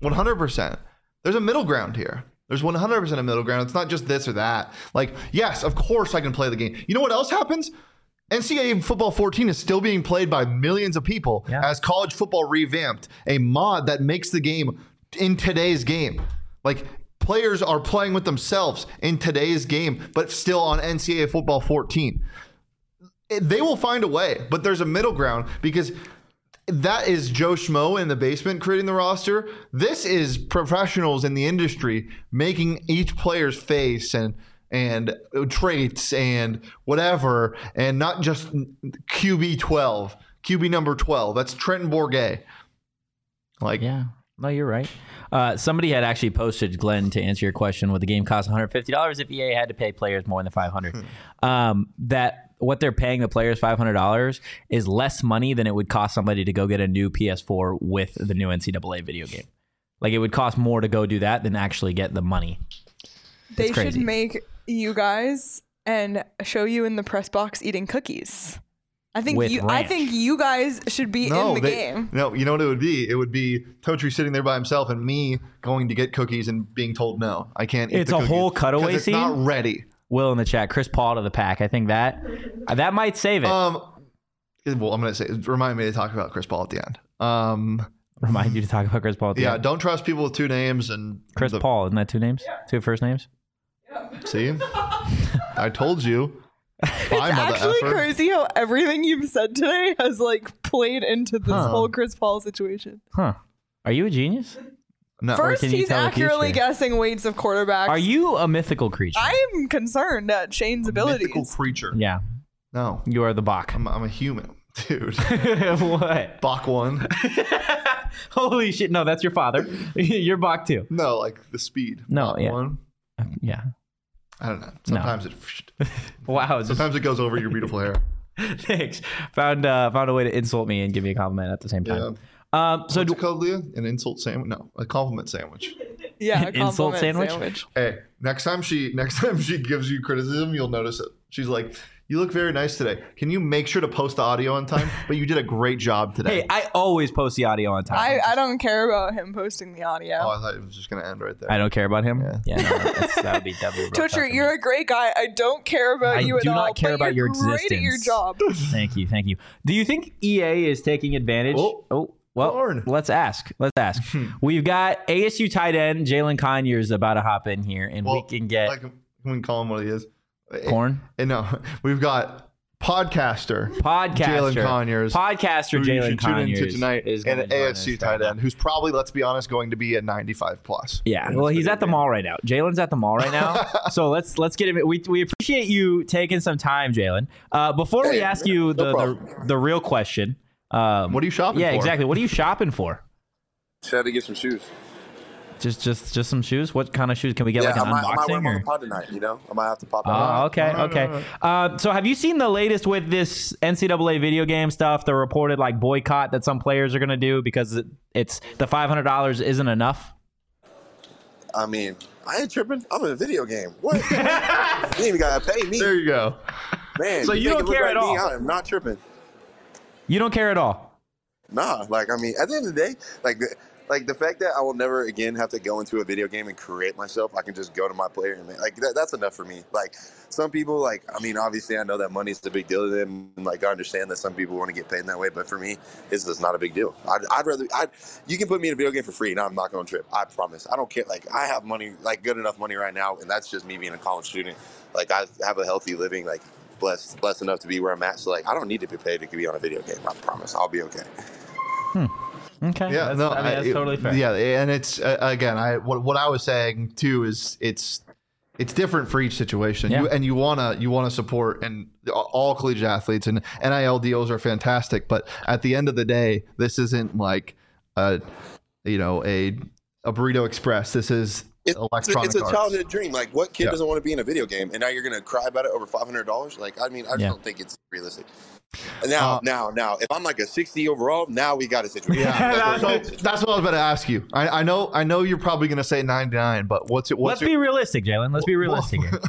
S3: One hundred percent. There's a middle ground here. There's 100% a middle ground. It's not just this or that. Like, yes, of course I can play the game. You know what else happens? NCAA Football 14 is still being played by millions of people
S2: Yeah.
S3: as college football revamped a mod that makes the game in today's game. Like players are playing with themselves in today's game, but still on NCAA Football 14. It- They will find a way, but there's a middle ground because that is Joe Schmo in the basement creating the roster. This is professionals in the industry making each player's face and and traits and whatever, and not just QB twelve, QB number twelve. That's Trenton Bourget. Like,
S2: Yeah. No, you're right. Uh, somebody had actually posted Glenn to answer your question. Would the game cost 150 dollars if EA had to pay players more than 500? dollars
S3: Hmm.
S2: Um, that what they're paying the players 500 dollars is less money than it would cost somebody to go get a new PS4 with the new NCAA video game. Like it would cost more to go do that than actually get the money.
S4: they should
S2: crazy.
S4: make you guys and show you in the press box eating cookies. I think
S2: With
S4: you. I
S2: ranch.
S4: think you guys should be in the
S3: they-
S4: game.
S3: No, you know what it would be? It would be Totri sitting there by himself and me going to get cookies and being told no, I can't. Eat
S2: It's a
S3: the cookies,"
S2: whole
S3: 'cause
S2: cutaway
S3: it's Not
S2: scene?
S3: ready.
S2: Will in the chat, Chris Paul to the pack. I think that uh, that might save it.
S3: Um, well, I'm gonna say. Remind me to talk about Chris Paul at the end. Um,
S2: Remind you to talk about Chris Paul. at the
S3: yeah,
S2: end.
S3: don't trust people with two names and
S2: Chris
S3: the-
S2: Paul. Isn't that two names? Two first names?
S3: See, I told you. Bye, mother
S4: Actually,
S3: effer.
S4: crazy how everything you've said today has like played into this whole Chris Paul situation.
S2: Huh? Are you a genius?
S3: No,
S4: First,
S2: can you
S4: he's
S2: tell the
S4: accurately
S2: future?
S4: guessing weights of quarterbacks.
S2: Are you a mythical creature?
S4: I am concerned at Shane's abilities.
S3: mythical creature.
S2: yeah.
S3: No,
S2: You are the Bach.
S3: I'm, I'm a human, dude.
S2: what?
S3: Bach one.
S2: Holy shit. No, that's your father. You're Bach too.
S3: No, like the speed.
S2: No,
S3: Bach
S2: yeah.
S3: One.
S2: Yeah.
S3: I don't know. Sometimes it.
S2: Wow. Just,
S3: Sometimes it goes over your beautiful hair.
S2: thanks. Found uh, found a way to insult me and give me a compliment at the same time. Um, so
S3: What's it called, Leah? An insult sandwich? No, a compliment sandwich.
S4: Yeah, a
S2: Insult
S4: compliment
S2: sandwich?
S3: Hey, next time she next time she gives you criticism, you'll notice it. She's like, "You look very nice today. Can you make sure to post the audio on time? But you did a great job today."
S2: Hey, I always post the audio on time.
S4: I, I don't care about him posting the audio.
S3: oh, I thought it was just gonna end right there.
S2: I don't care about him. Yeah, no, that's, that would be that would be real tough for
S4: Tocher,
S2: me.
S4: you're a great guy. I don't care about
S2: I
S4: you at
S2: do
S4: all.
S2: not care
S4: but
S2: about
S4: you're
S2: your
S4: great At your
S2: existence.
S4: job.
S2: Thank you, thank you. Do you think EA is taking advantage?
S3: Oh,
S2: Oh, well,
S3: darn. Hmm.
S2: let's ask. Let's ask. We've got ASU tight end Jalen Conyers about to hop in here, and
S3: Well,
S2: we can get
S3: Like, we can call him what he is.
S2: corn
S3: And no, we've got podcaster
S2: podcaster
S3: Jalen Conyers.
S2: podcaster
S3: who you should
S2: Jalen Conyers
S3: tune into tonight,
S2: is
S3: and
S2: gonna
S3: an
S2: join
S3: AFC
S2: us right
S3: tight
S2: now.
S3: end who's probably, let's be honest, going to be a 95 plus.
S2: Yeah,
S3: in
S2: well,
S3: this
S2: he's
S3: video
S2: at the
S3: game.
S2: mall right now. Jalen's at the mall right now, so let's let's get him. We, we appreciate you taking some time, Jalen. Uh, before we
S3: Hey,
S2: ask you the, the
S3: problem.
S2: the real question, um,
S3: What are you shopping
S2: yeah,
S3: for?
S2: exactly. What are you shopping for?
S1: Just had to get some shoes.
S2: Just just just some shoes. What kind of shoes can we get? like
S1: yeah,
S2: an
S1: I might, I might wear
S2: unboxing
S1: them on the
S2: or?
S1: pod tonight. You know, I might have to pop out.
S2: Oh, okay,
S3: no, no,
S2: okay.
S3: no,
S2: Uh, so, have you seen the latest with this NCAA video game stuff? The reported like boycott that some players are going to do because it, it's the five hundred dollars isn't enough.
S1: I mean, I ain't tripping. I'm in a video game. What? you ain't even gotta pay me,
S3: There you go.
S1: man.
S2: So you
S1: make
S2: don't
S1: it look
S2: care
S1: like
S2: at
S1: me,
S2: all.
S1: I am not tripping.
S2: You don't care at all.
S1: Nah, like I mean, at the end of the day, like the like the fact that I will never again have to go into a video game and create myself. I can just go to my player and make, like that, that's enough for me. Like some people, like I mean, obviously I know that money's a big deal to them. and, Like I understand that some people want to get paid in that way, but for me, it's just not a big deal. I'd, I'd rather I you can put me in a video game for free, and I'm not going to trip. I promise. I don't care. Like I have money, like good enough money right now, and that's just me being a college student. Like I have a healthy living, like. Blessed, blessed enough to be where I'm at. So, like, I don't need to be paid to be on a video game. I promise. I'll be okay.
S2: Okay.
S3: Yeah,
S2: that's,
S3: no,
S2: I mean, that's
S3: I-
S2: totally fair.
S3: Yeah, and it's uh, again, I what, what I was saying too is it's it's different for each situation. You,
S2: Yeah.
S3: and you wanna you wanna support and all collegiate athletes and NIL deals are fantastic, but at the end of the day, this isn't like a you know a a burrito express. This is
S1: It's,
S3: electronic.
S1: it's a
S3: arts.
S1: childhood dream. Like, what kid
S3: Yeah.
S1: doesn't want to be in a video game? And now you're going to cry about it over five hundred dollars? Like, I mean, I just
S2: Yeah.
S1: don't think it's realistic. Now,
S3: Uh,
S1: now, now, if I'm like a sixty overall, now we got a situation.
S3: Yeah.
S1: That's
S3: So
S1: what-
S3: that's what I was about to ask you. I, I know I know you're probably gonna say 99, but what's it? What's
S2: Let's be realistic, Jalen. Let's be realistic. here.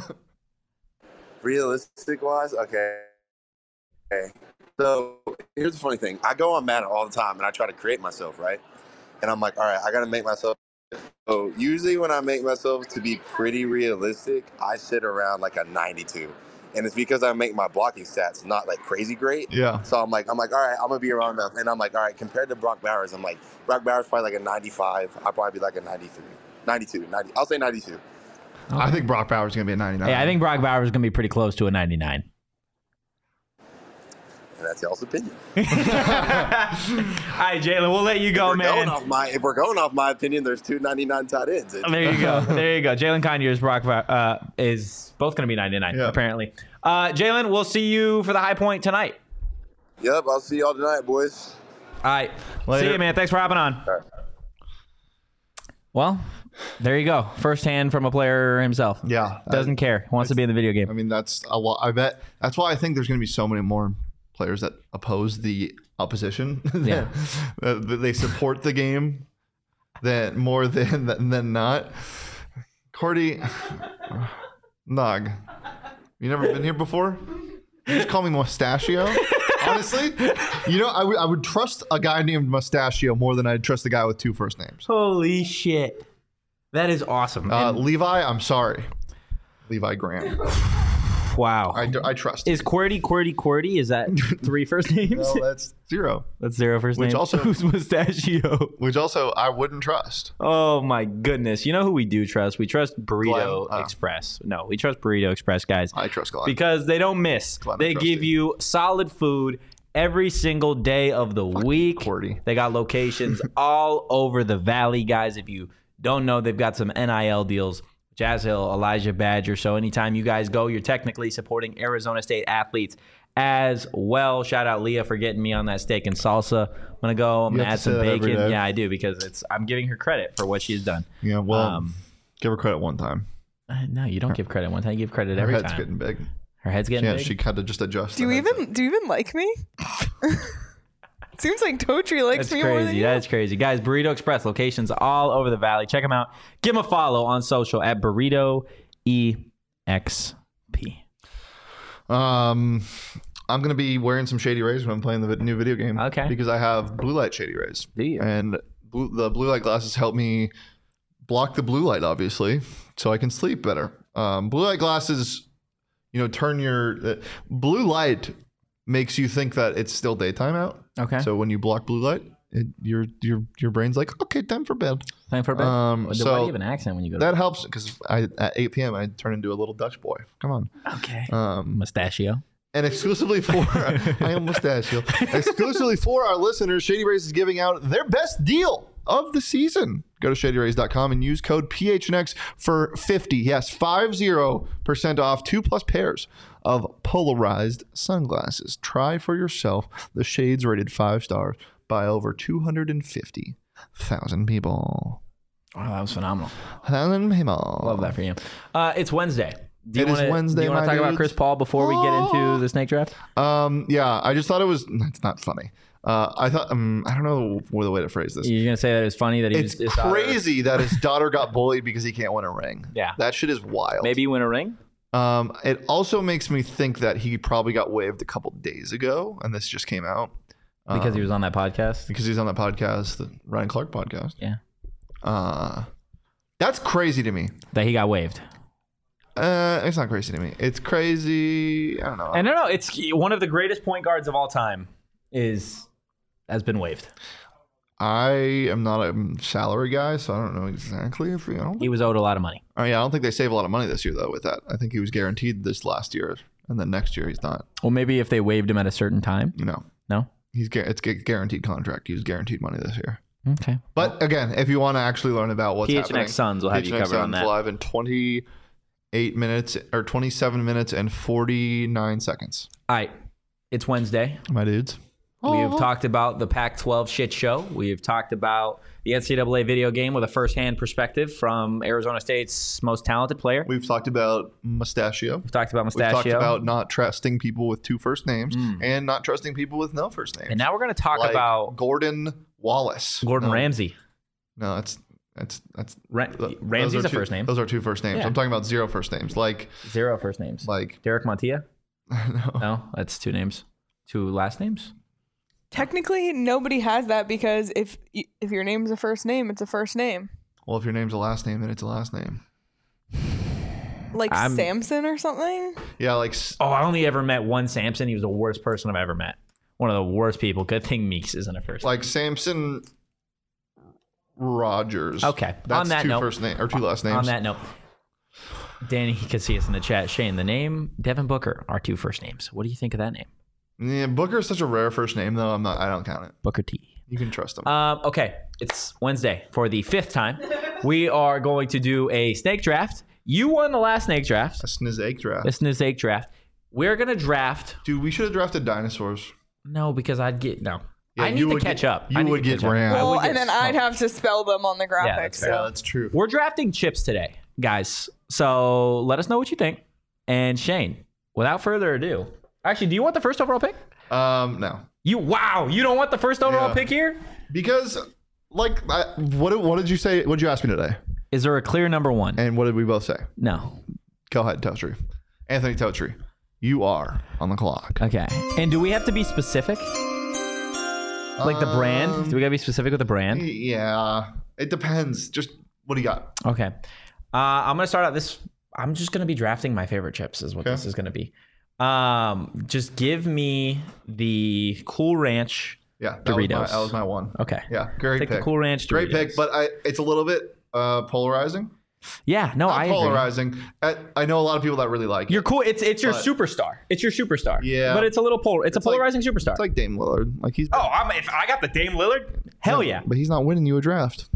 S1: realistic wise, okay. Okay. So here's the funny thing. I go on Madden all the time and I try to create myself, right? And I'm like, all right, I gotta make myself so usually when I make myself to be pretty realistic, I sit around like a ninety-two. And it's because I make my blocking stats not like crazy great.
S3: Yeah.
S1: So I'm like, I'm like, all right, I'm gonna be around enough. And I'm like, all right, compared to Brock Bowers, I'm like, Brock Bowers probably like a 95. I'll probably be like a 93, 92, 90. I'll say 92.
S3: I think Brock Bowers is gonna be a 99.
S2: Hey, I think Brock Bowers is going to be pretty close to a 99.
S1: And that's y'all's opinion.
S2: All right, Jalen, we'll let you go,
S1: we're
S2: Oh, man.
S1: Going off my, if we're going off my opinion, there's two 99 tight ends. It's-
S2: There you go. There you go. Jalen Conyers, Brock Va- uh, is both going to be 99,
S3: Yeah.
S2: apparently. Uh, Jalen, we'll see you for the high point tonight.
S1: Yep, I'll see y'all tonight, boys.
S2: All right. See
S3: Later.
S2: you, man. Thanks for hopping on. Well, there you go. First hand from a player himself.
S3: Yeah.
S2: Doesn't care. Wants to be in the video game.
S3: I mean, that's a lot. I bet that's why I think there's going to be so many more players that oppose the opposition.
S2: Yeah.
S3: that, that they support the game that more than than not. Cordy, Nog, you never been here before. You just call me Mustachio. Honestly, you know, I would- I would trust a guy named Mustachio more than I'd trust a guy with two first names.
S2: Holy shit. That is awesome.
S3: Uh, Levi, I'm sorry. Levi
S2: And-
S3: Graham.
S2: wow.
S3: I, I trust.
S2: Is QWERTY QWERTY QWERTY? Is that three first names?
S3: no, that's zero.
S2: That's zero first
S3: Which
S2: names.
S3: also-
S2: Who's mustachio?
S3: which also I wouldn't trust.
S2: Oh my goodness! You know who we do trust? We trust Burrito
S3: Glenn? Oh.
S2: Express. No, we trust Burrito Express guys
S3: I trust Glenn.
S2: because they don't miss.
S3: Glenn, I
S2: they
S3: trust
S2: give you solid food every single day of the week.
S3: QWERTY.
S2: They got locations all over the valley, guys. If you don't know, they've got some NIL deals. Jazz Hill, Elijah Badger. So anytime you guys go, you're technically supporting Arizona State athletes as well. Shout out Leah for getting me on that steak and salsa. I'm gonna go. I'm
S3: You
S2: gonna
S3: have
S2: add
S3: to
S2: some
S3: say that every
S2: bacon.
S3: day.
S2: Yeah, I do because it's. I'm giving her credit for what she's done.
S3: yeah, well,
S2: Um,
S3: give her credit one time.
S2: Uh, No, you don't give credit one time. You give credit
S3: Her
S2: every
S3: head's
S2: time.
S3: getting big.
S2: Her head's getting
S3: Yeah,
S2: big.
S3: she had to just adjust.
S4: Do
S3: the
S4: you
S3: headset.
S4: even do you even like me? Seems like Totri likes
S2: That's
S4: me more than
S2: crazy.
S4: you.
S2: That is crazy. Guys, Burrito Express locations all over the valley. Check them out. Give them a follow on social at Burrito E EXP.
S3: Um, I'm gonna be wearing some shady rays when I'm playing the vi- new video game.
S2: Okay.
S3: Because I have blue light shady rays.
S2: Do you?
S3: And blue, the blue light glasses help me block the blue light, obviously, so I can sleep better. Um, blue light glasses, you know, turn your uh, blue light makes you think that it's still daytime out.
S2: Okay.
S3: So when you block blue light, it, your your your brain's like, okay, time for bed.
S2: Time for a bit.
S3: Um,
S2: Why do
S3: so
S2: you have an accent when you go to
S3: That helps because I at 8 p.m. I turn into a little Dutch boy. Come on.
S2: Okay.
S3: Um,
S2: Mustachio.
S3: and exclusively for I am mustachio. exclusively for our listeners, Shady Rays is giving out their best deal of the season. Go to shadyrays.com and use code PHNX for 50, yes, 50% off two plus pairs of polarized sunglasses. Try for yourself the shades rated five stars by over 250,000 people.
S2: Oh, that was phenomenal.
S3: Thousand people.
S2: Love that for you. Uh, it's Wednesday. Do you
S3: It is
S2: wanna,
S3: Wednesday,
S2: Do you want to
S3: my
S2: talk about
S3: dudes.
S2: Chris Paul before we get into the snake draft?
S3: Um, yeah, I just thought it was, it's not funny. Uh, I thought, um, I don't know the way to phrase this.
S2: You're gonna say that it's funny that he
S3: It's
S2: was dishonored.
S3: crazy that his daughter got bullied because he can't win a ring.
S2: Yeah.
S3: that shit is wild.
S2: Maybe you win a ring.
S3: Um, it also makes me think that he probably got waived a couple days ago, and this just came out Uh-huh.
S2: Because he was on that podcast.
S3: because he's on that podcast, the Ryan Clark podcast.
S2: Yeah.
S3: Uh, that's crazy to me.
S2: That he got waived.
S3: Uh, it's not crazy to me. It's crazy. I don't know.
S2: And no, no, it's one of the greatest point guards of all time is has been waived.
S3: I am not a salary guy, so I don't know exactly if you know.
S2: He was owed a lot of money.
S3: I, mean, I don't think they save a lot of money this year though with that. I think he was guaranteed this last year, and then next year he's not.
S2: Well, maybe if they waived him at a certain time.
S3: You know.
S2: No.
S3: He's gu- it's gu- guaranteed contract. He was guaranteed money this year.
S2: Okay.
S3: But again, if you want to actually learn about what's
S2: PHNX
S3: happening,
S2: Suns will have you
S3: PHNX
S2: covered on
S3: Suns
S2: that.
S3: Live in twenty eight minutes or twenty seven minutes and forty nine seconds,
S2: All right. It's Wednesday.
S3: my dudes.
S2: We have talked about the Pac 12 shit show. We have talked about the NCAA video game with a firsthand perspective from Arizona State's most talented player. We've
S3: We've talked about mustachio.
S2: talked about
S3: We've
S2: Mustachio. Hmm.
S3: talked about not trusting people with two first names and not trusting people with no first names.
S2: and now we're going to talk
S3: Like um,
S2: about
S3: Gordon Wallace.
S2: Gordon
S3: no,
S2: Ramsay.
S3: No, that's that's that's
S2: Ra-
S3: th-
S2: Ramsey's
S3: those are
S2: a
S3: two-
S2: first name.
S3: Those are two first names.
S2: Yeah.
S3: I'm talking about zero first names. Like
S2: Zero first names.
S3: like
S2: Derek Montilla?
S3: no.
S2: No, that's two names. Two last names?
S4: Technically, nobody has that because if y- if your name's a first name, it's a first name.
S3: Well, if your name's a last name, then it's a last name.
S4: Like
S2: I'm-
S4: Samson or something.
S3: Yeah, like s-
S2: Oh, I only ever met one Samson. He was the worst person I've ever met. One of the worst people. Good thing Meeks isn't a first.
S3: like Samson Rogers.
S2: Okay.
S3: that's
S2: On that
S3: two
S2: note-
S3: first name or two last names.
S2: On that note, Danny can see us in the chat. Shane, the name Devin Booker are two first names. What do you think of that name?
S3: yeah, Booker is such a rare first name though. I'm not. I don't count it.
S2: Booker T.
S3: You can trust him.
S2: Um, okay, it's Wednesday for the fifth time. We are going to do a snake draft. You won the last snake draft.
S3: a sniz egg draft.
S2: This is a snake draft. We're gonna draft.
S3: Dude, we should have drafted dinosaurs.
S2: No, because I'd get no.
S3: Yeah,
S2: I need
S3: you
S2: to
S3: would
S2: catch
S3: get-
S2: up.
S3: you
S2: I need
S3: would
S2: to
S3: get
S2: catch up.
S3: ran. I
S4: Well,
S3: would get
S4: and then I'd have to spell them on the
S2: Yeah,
S4: graphics.
S2: that's fair.
S4: so.
S3: that's true.
S2: We're drafting chips today, guys. So let us know what you think. And Shane, without further ado, actually, do you want the first overall pick?
S3: Um, no,
S2: You wow, you don't want the first overall
S3: Yeah.
S2: pick here?
S3: because like, I, what did- what did you say? What did you ask me today?
S2: Is there a clear number one?
S3: And what did we both say?
S2: No.
S3: Go ahead, Totri. Anthony Totri, you are on the clock.
S2: Okay. And do we have to be specific? Like the
S3: Um,
S2: brand? Do we gotta be specific with the brand?
S3: Yeah, it depends. Just what do you got?
S2: Okay. Uh, I'm gonna start out this. I'm just gonna be drafting my favorite chips. Is what this is gonna be. Um, just give me the Cool Ranch.
S3: Yeah, that was my-
S2: Doritos.
S3: that was my one.
S2: Okay.
S3: Yeah, great
S2: Take
S3: pick.
S2: the Cool Ranch.
S3: Great
S2: Doritos.
S3: pick, but I, it's a little bit uh, polarizing.
S2: yeah, no, I
S3: Not
S2: agree.
S3: polarizing. I, I know a lot of people that really like it.
S2: You're cool. It's it's your
S3: But-
S2: superstar. It's your superstar.
S3: Yeah.
S2: But it's a little polar. It's, a
S3: like-
S2: polarizing superstar.
S3: It's like Dame Lillard. Like he's
S2: oh, I'm, if I got the Dame Lillard, hell yeah.
S3: but he's not winning you a draft.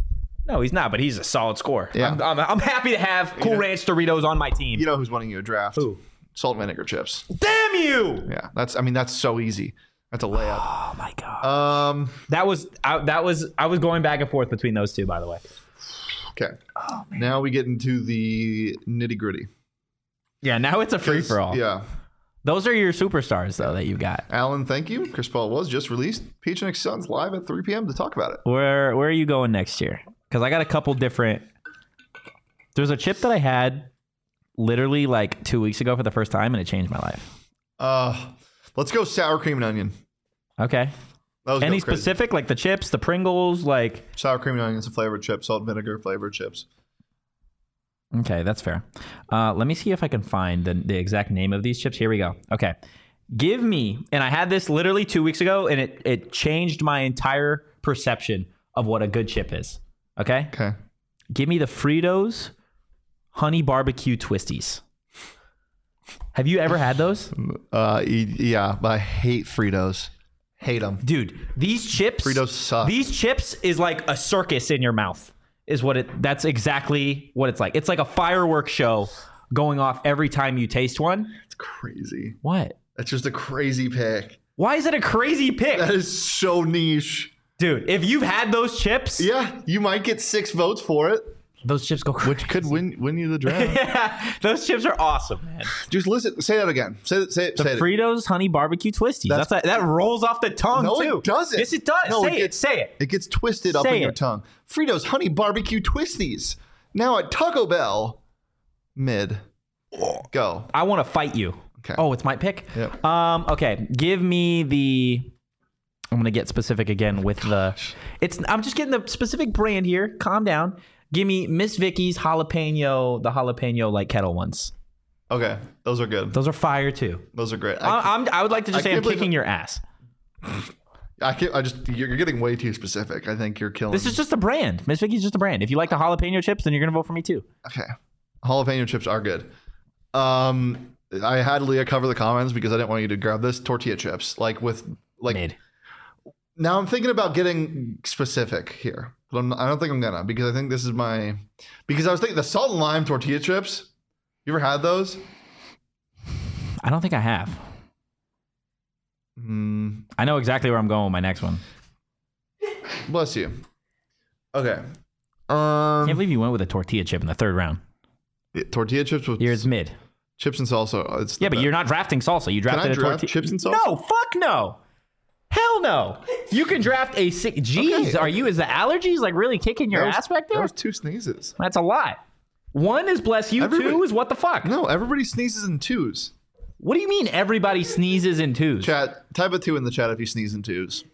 S2: No, he's not, but he's a solid scorer.
S3: Yeah.
S2: I'm, I'm, I'm happy to have Cool
S3: know-
S2: Ranch Doritos on my team.
S3: You know who's winning you a draft?
S2: Who?
S3: Salt and vinegar chips.
S2: Damn you!
S3: Yeah, that's. I mean, that's so easy. That's a layup.
S2: Oh my god.
S3: Um.
S2: that was I, that was I was going back and forth between those two, by the way.
S3: Okay.
S2: Oh,
S3: now we get into the nitty gritty.
S2: Yeah, now it's a free for all.
S3: Yeah.
S2: Those are your superstars though that you got.
S3: Alan, thank you. Chris Paul was just released. Peach and Suns live at 3 p.m. to talk about it.
S2: Where where are you going next year? Because I got a couple different. There's a chip that I had literally like two weeks ago for the first time, and it changed my life.
S3: Uh, let's go sour cream and onion.
S2: Okay.
S3: That was
S2: Any
S3: going crazy.
S2: specific like the chips, the Pringles, like
S3: sour cream and onions, flavored chips, salt and vinegar flavored chips.
S2: Okay, that's fair. Uh, let me see if I can find the, the exact name of these chips. Here we go. Okay. Give me, and I had this literally two weeks ago, and it, it changed my entire perception of what a good chip is. Okay.
S3: Okay.
S2: Give me the Fritos honey barbecue twisties. Have you ever had those?
S3: Uh, e- yeah, but I hate Fritos. Hate them.
S2: Dude, these chips
S3: Fritos suck.
S2: These chips is like a circus in your mouth. Is what it that's exactly what it's like. It's like a fireworks show going off every time you taste one.
S3: It's crazy.
S2: What?
S3: That's just a crazy pick.
S2: Why is it a crazy
S3: That
S2: pick?
S3: is so niche.
S2: Dude, if you've had those chips,
S3: Yeah, you might get six votes for it,
S2: those chips go crazy.
S3: which could win win you the draft.
S2: yeah, those chips are awesome, man.
S3: just listen. Say that again. Say it. Say it.
S2: The
S3: Say it.
S2: Fritos honey barbecue twisties.
S3: That's-
S2: That's, a- that rolls off the tongue
S3: No,
S2: too.
S3: it doesn't.
S2: Yes, it does.
S3: No,
S2: say
S3: it
S2: it.
S3: gets-
S2: say it.
S3: It gets twisted up
S2: Say
S3: in your
S2: it.
S3: tongue. Fritos honey barbecue twisties. Now at Taco Bell, mid. Go.
S2: I want to fight you.
S3: Okay.
S2: Oh, it's my pick.
S3: Yep.
S2: Um. Okay. Give me the. I'm gonna get specific again with the. It's. I'm just getting the specific brand here. Calm down. Give me Miss Vicky's jalapeno, the jalapeno like kettle ones.
S3: Okay, those are good.
S2: Those are fire too.
S3: Those are great. I,
S2: I, I'm. I would like to
S3: I
S2: just say
S3: can't
S2: I'm
S3: believe
S2: kicking
S3: it- your
S2: your ass.
S3: I can't. I just you're you're getting way too specific. I think you're killing.
S2: This is just a brand. Miss Vicky's just a brand. If you like the jalapeno chips, then you're gonna vote for me too.
S3: Okay. Jalapeno chips are good. Um, I had Leah cover the comments because I didn't want you to grab this tortilla chips. Like with like
S2: Mid.
S3: now, I'm thinking about getting specific here, but I'm, I don't think I'm gonna because I think this is my because I was thinking the salt and lime tortilla chips. You ever had those?
S2: I don't think I have.
S3: Mm,
S2: I know exactly where I'm going with my next one.
S3: bless you. Okay.
S2: Can't
S3: Um,
S2: believe you went with a tortilla chip in the third round.
S3: tortilla chips with
S2: Yours mid.
S3: chips and salsa. It's the
S2: Yeah, but
S3: best.
S2: you're not drafting salsa. You
S3: Can
S2: drafted
S3: I
S2: a
S3: draft
S2: tortilla.
S3: chips and salsa?
S2: No, fuck no. Hell no. You can draft a six. Jeez,
S3: Okay.
S2: are you? Is the allergies like really kicking your
S3: That was-
S2: ass back
S3: That
S2: there?
S3: was two sneezes.
S2: That's a lot. One is bless you.
S3: Everybody-
S2: Two is what the fuck.
S3: No, everybody sneezes in twos.
S2: What do you mean everybody sneezes in twos?
S3: Chat, type a two in the chat if you sneeze in twos.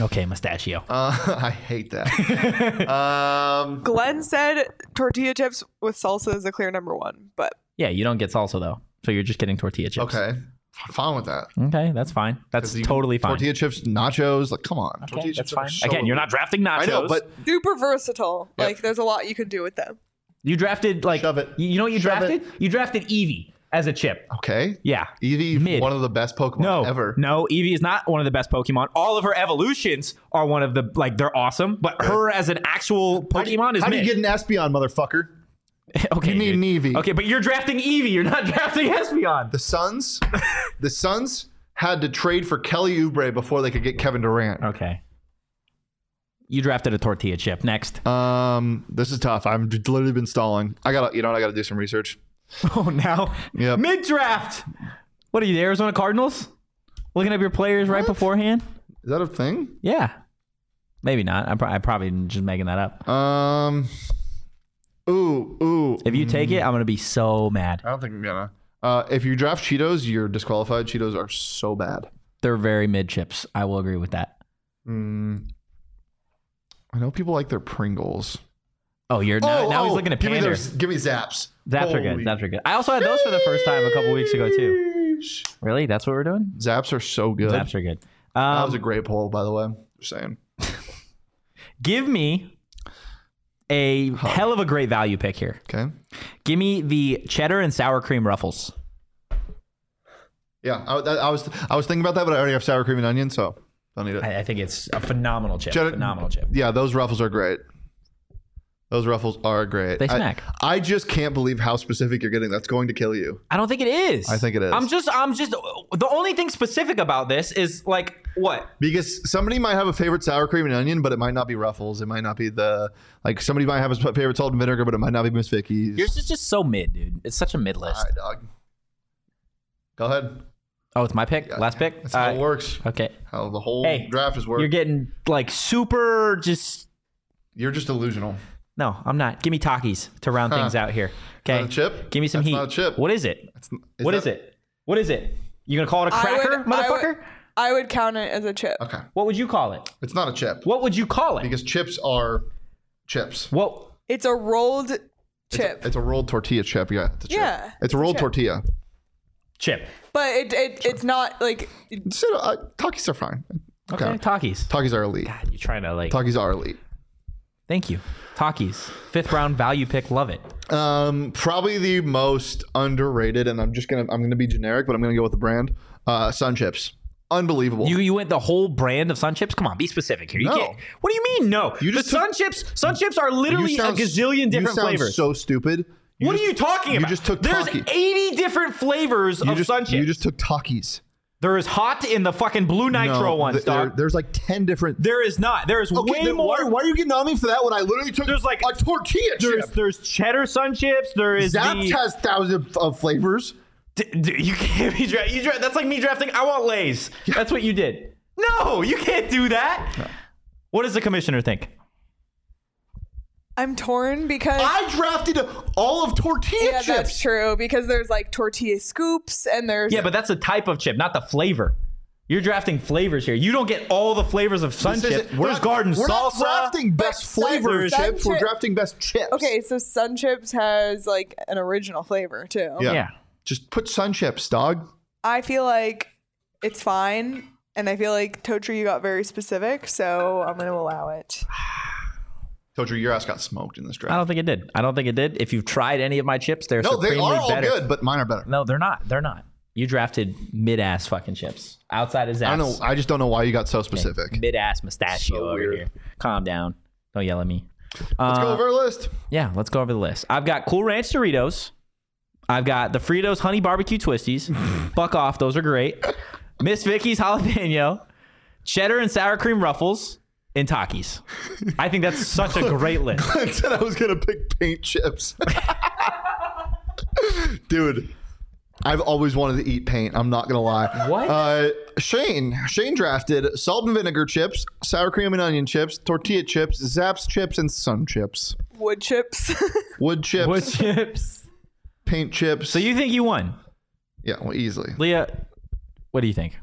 S2: Okay, mustachio.
S3: Uh, I hate that. um,
S4: Glenn said tortilla chips with salsa is the clear number one, but
S2: Yeah, you don't get salsa though, so you're just getting tortilla chips.
S3: okay, I'm fine with that.
S2: Okay, that's fine. That's
S3: 'Cause you-
S2: totally fine.
S3: Tortilla chips, nachos, like come on.
S2: Okay,
S3: tortilla
S2: that's
S3: chips are
S2: fine.
S3: so
S2: Again, you're not drafting nachos.
S3: I know, but
S4: super versatile.
S3: Yep.
S4: Like there's a lot you can do with them.
S2: you drafted like
S3: Shove it.
S2: you you know what you
S3: Shove
S2: drafted? You drafted Eevee as a chip.
S3: okay.
S2: Yeah.
S3: Eevee,
S2: Mid.
S3: one of the best Pokemon
S2: No,
S3: ever.
S2: no, Eevee is not one of the best Pokemon. All of her evolutions are one of the like they're awesome, but her as an actual Pokemon is
S3: How do you
S2: mid.
S3: get an Espeon, motherfucker?
S2: okay,
S3: you need
S2: dude.
S3: an Eevee.
S2: Okay, but you're drafting Eevee. You're not drafting Espeon.
S3: The Suns, the Suns had to trade for Kelly Oubre before they could get Kevin Durant.
S2: Okay. You drafted a tortilla chip. Next.
S3: Um, this is tough. I'm d- literally been stalling. I gotta, you know, what? I gotta do some research.
S2: Oh, now
S3: Yep.
S2: mid draft. What are you, the Arizona Cardinals? Looking up your players right beforehand.
S3: Is that a thing?
S2: Yeah. Maybe not. I'm, pro- I'm probably just making that up.
S3: Um, ooh, ooh.
S2: If you
S3: Mm.
S2: take it, I'm gonna be so mad.
S3: I don't think I'm gonna. Uh, if you draft Cheetos, you're disqualified. Cheetos are so bad.
S2: They're very mid chips. I will agree with that.
S3: Mm. I know people like their Pringles.
S2: Oh, you're now, now he's
S3: oh,
S2: looking at
S3: give me,
S2: Panda.
S3: those, give me Zaps.
S2: Zaps are
S3: Holy
S2: good. Zaps are good. I also had those for the first time a couple weeks ago too.
S3: sheesh.
S2: Really? That's what we're doing?
S3: Zaps are so good.
S2: Zaps are good.
S3: that
S2: Um,
S3: was a great poll, by the way. Just saying.
S2: give me a hell of a great value pick here.
S3: Okay.
S2: Give me the cheddar and sour cream ruffles.
S3: Yeah, I, I- I was I was thinking about that, but I already have sour cream and onion, so don't need it.
S2: I, I think it's a phenomenal chip.
S3: Cheddar-
S2: phenomenal chip.
S3: Yeah, those ruffles are great. Those ruffles are great.
S2: They
S3: I-
S2: snack.
S3: I, just can't believe how specific you're getting. That's going to kill you.
S2: I don't think it is.
S3: I think it is.
S2: I'm just I'm just the only thing specific about this is like what?
S3: Because somebody might have a favorite sour cream and onion, but it might not be ruffles. It might not be the like somebody might have a sp- favorite salt and vinegar, but it might not be Miss Vicky's.
S2: Yours is just so mid, dude. It's such a mid list.
S3: All right, dog. Go ahead.
S2: Oh, it's my pick. Last pick.
S3: That's how
S2: Uh,
S3: it works.
S2: Okay.
S3: How the whole
S2: Hey,
S3: draft is worked.
S2: You're
S3: You're,
S2: getting like super. Just
S3: just delusional.
S2: no, I'm not. Give me Takis to round things out here. Okay.
S3: Not a chip?
S2: Give me some
S3: That's
S2: heat.
S3: not a chip.
S2: What is it?
S3: That's n-
S2: What is
S3: that-
S2: it? What is it? You gonna call it a
S4: I would-
S2: cracker,
S4: I would-
S2: motherfucker?
S4: I would count it as a chip.
S3: Okay.
S2: What would you call it?
S3: It's not a chip
S2: What would you call it?
S3: because chips are chips.
S2: what?
S4: It's a rolled chip,
S3: It's a rolled tortilla chip. Yeah. It's a chip.
S4: Yeah,
S3: It's a rolled tortilla.
S2: Chip.
S4: but it, it it's not like
S3: Instead of, uh, Takis are fine. Okay.
S2: Okay. Takis.
S3: Takis are elite.
S2: God, you're trying to like.
S3: Takis are elite.
S2: Thank you. Takis. Fifth round value pick. Love it.
S3: Um, probably the most underrated, and I'm just gonna I'm gonna be generic, but I'm gonna go with the brand. Uh, Sun Chips, unbelievable.
S2: You you went the whole brand of sun chips? Come on, be specific here. You
S3: No.
S2: can't. What do you mean no?
S3: You
S2: You
S3: just
S2: just the sun chips. Sun chips are literally
S3: You sound-
S2: a gazillion
S3: you
S2: different
S3: sound
S2: flavors.
S3: So stupid. You
S2: what
S3: just-
S2: are you talking about?
S3: You just took
S2: There's
S3: Takis.
S2: 80 different flavors
S3: You
S2: of
S3: just,
S2: sun chips.
S3: you just took Takis.
S2: there is hot in the fucking blue nitro
S3: No,
S2: ones,
S3: th- there-
S2: dog.
S3: there's like ten different.
S2: There is not. There is way
S3: then
S2: more.
S3: Why, why are you getting on me for that when I literally took
S2: There's like-
S3: a tortilla
S2: there's
S3: chip?
S2: there's cheddar sun chips. There is
S3: Zapped
S2: the,
S3: has thousands of- of flavors.
S2: D- d- you can't be dra- you dra- that's like me drafting I want lays. That's what you did. No, you can't do that. What does the commissioner think?
S4: I'm torn because
S3: I drafted all of tortilla
S4: yeah,
S3: chips.
S4: that's true because there's like tortilla scoops and there's
S2: Yeah, but that's the type of chip, not the flavor. You're drafting flavors here. You don't get all the flavors of sun
S3: This
S2: chip.
S3: isn't-
S2: There's
S3: not-
S2: garden
S3: we're
S2: salsa.
S3: not drafting best
S4: sun-
S3: flavor
S4: sun
S3: chips. We're
S4: chip-
S3: drafting best chips.
S4: okay, so Sun Chips has like an original flavor too.
S3: Yeah.
S2: Yeah.
S3: Just put sun chips, dog.
S4: I feel like it's fine, and I feel like Totri, you got very specific, so I'm gonna allow it.
S3: Told you your ass got smoked in this
S2: I
S3: draft.
S2: don't think it did. I don't think it did. If you've tried any of my chips, they're
S3: No, they
S2: supremely
S3: are all
S2: better.
S3: good, but mine are better.
S2: No, they're not. They're not. You drafted mid-ass fucking chips outside of
S3: I
S2: Zach's
S3: don't know. I just don't know why you got so specific.
S2: mid-ass mustachio
S3: So
S2: over
S3: weird.
S2: here. Calm down. Don't yell at me. Uh,
S3: Let's go over our list.
S2: Yeah, let's go over the list. I've got Cool Ranch Doritos. I've got the Fritos Honey Barbecue Twisties. Fuck off, those are great. Miss Vicky's Jalapeno, Cheddar and Sour Cream Ruffles, and Takis. I think that's such a great list.
S3: I said I was gonna pick paint chips. Dude, I've always wanted to eat paint. I'm not gonna lie.
S2: What?
S3: Uh, Shane. Shane drafted salt and vinegar chips, sour cream and onion chips, tortilla chips, Zaps chips, and sun chips.
S4: Wood chips.
S3: Wood chips,
S2: Wood chips.
S3: paint chips.
S2: So you think you won?
S3: yeah, well, easily.
S2: Leah, what do you think?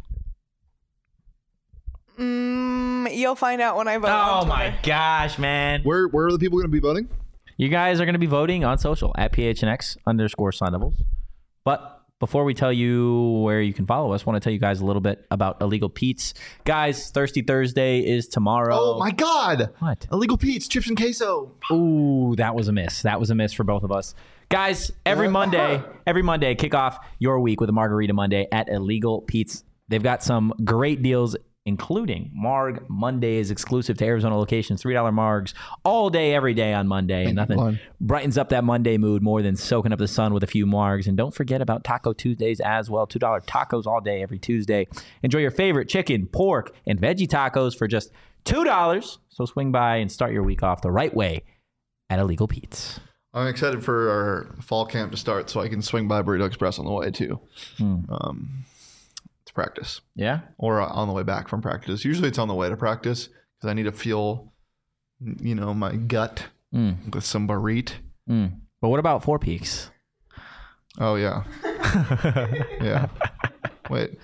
S4: mm, you'll find out when I vote.
S2: Oh
S4: on
S2: my
S4: Twitter.
S2: gosh, man.
S3: Where where are the people gonna be voting?
S2: You guys are going to be voting on social at PHNX underscore sign levels. But before we tell you where you can follow us, want to tell you guys a little bit about Illegal Pete's. Guys, Thirsty Thursday is tomorrow.
S3: Oh my god!
S2: What?
S3: Illegal Pete's chips and queso.
S2: Ooh, that was a miss. That was a miss for both of us. Guys, every Monday, every Monday, kick off your week with a margarita Monday at Illegal Pete's. They've got some great deals, including Marg Mondays exclusive to Arizona locations, $3 Margs all day, every day on Monday. And nothing
S3: Lon.
S2: brightens up that Monday mood more than soaking up the sun with a few Margs. And don't forget about Taco Tuesdays as well $2 tacos all day, every Tuesday. Enjoy your favorite chicken, pork, and veggie tacos for just $2. So swing by and start your week off the right way at Illegal Pete's.
S3: I'm excited for our fall camp to start, so I can swing by Burrito Express on the way too,
S2: Hmm.
S3: um, to practice
S2: Yeah.
S3: or uh, on the way back from practice. Usually, it's on the way to practice because I need to feel, you know, my gut
S2: Hmm.
S3: with some burrito.
S2: But what about Four Peaks?
S3: Oh yeah, yeah. Wait,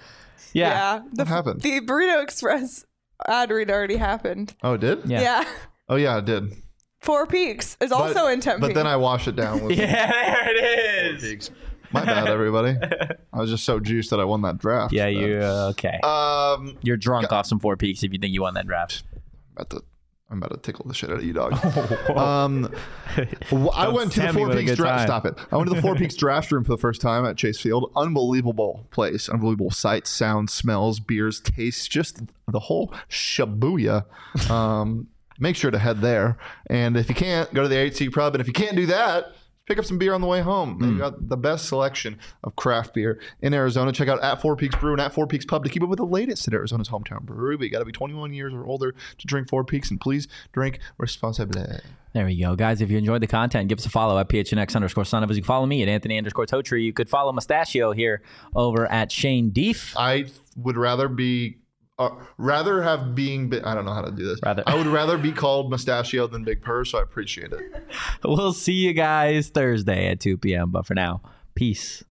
S4: Yeah, the,
S3: What happened?
S4: The Burrito Express ad read already happened.
S3: oh it did.
S2: Yeah.
S4: Yeah.
S3: Oh yeah, it did.
S4: Four Peaks is
S3: But-
S4: also in Tempe.
S3: But then I wash it down with
S2: Yeah, there it is.
S3: pigs. My bad, everybody. I was just so juiced that I won that draft.
S2: Yeah, you uh, okay?
S3: Um,
S2: You're drunk off some Four Peaks if you think you won that draft.
S3: about to I'm about to tickle the shit out of you, dog. um, w- I went to the
S2: stab me
S3: Four
S2: with a
S3: Peaks
S2: good time.
S3: draft. Stop it! I went to the Four Peaks draft room for the first time at Chase Field. Unbelievable place, unbelievable sights, sounds, smells, beers, tastes, just the whole shabuya. Um, make sure to head there, and if you can't, go to the HC Pub. And if you can't do that, Pick up some beer on the way home.
S2: Hmm.
S3: They've got the best selection of craft beer in Arizona. Check out at Four Peaks Brew and at Four Peaks Pub to keep up with the latest at Arizona's hometown brewery. But you got to be 21 years or older to drink Four Peaks, and please drink responsibly.
S2: There we go. Guys, if you enjoyed the content, give us a follow at PHNX underscore son of us. You can follow me at Anthony underscore Totri. You could follow Mustachio here over at Shane Deef.
S3: I would rather be uh, rather have being bi- I don't know how to do this.
S2: Rather.
S3: I would rather be called mustachio than big purr, so I appreciate it.
S2: We'll see you guys Thursday at 2 p.m. But for now, peace.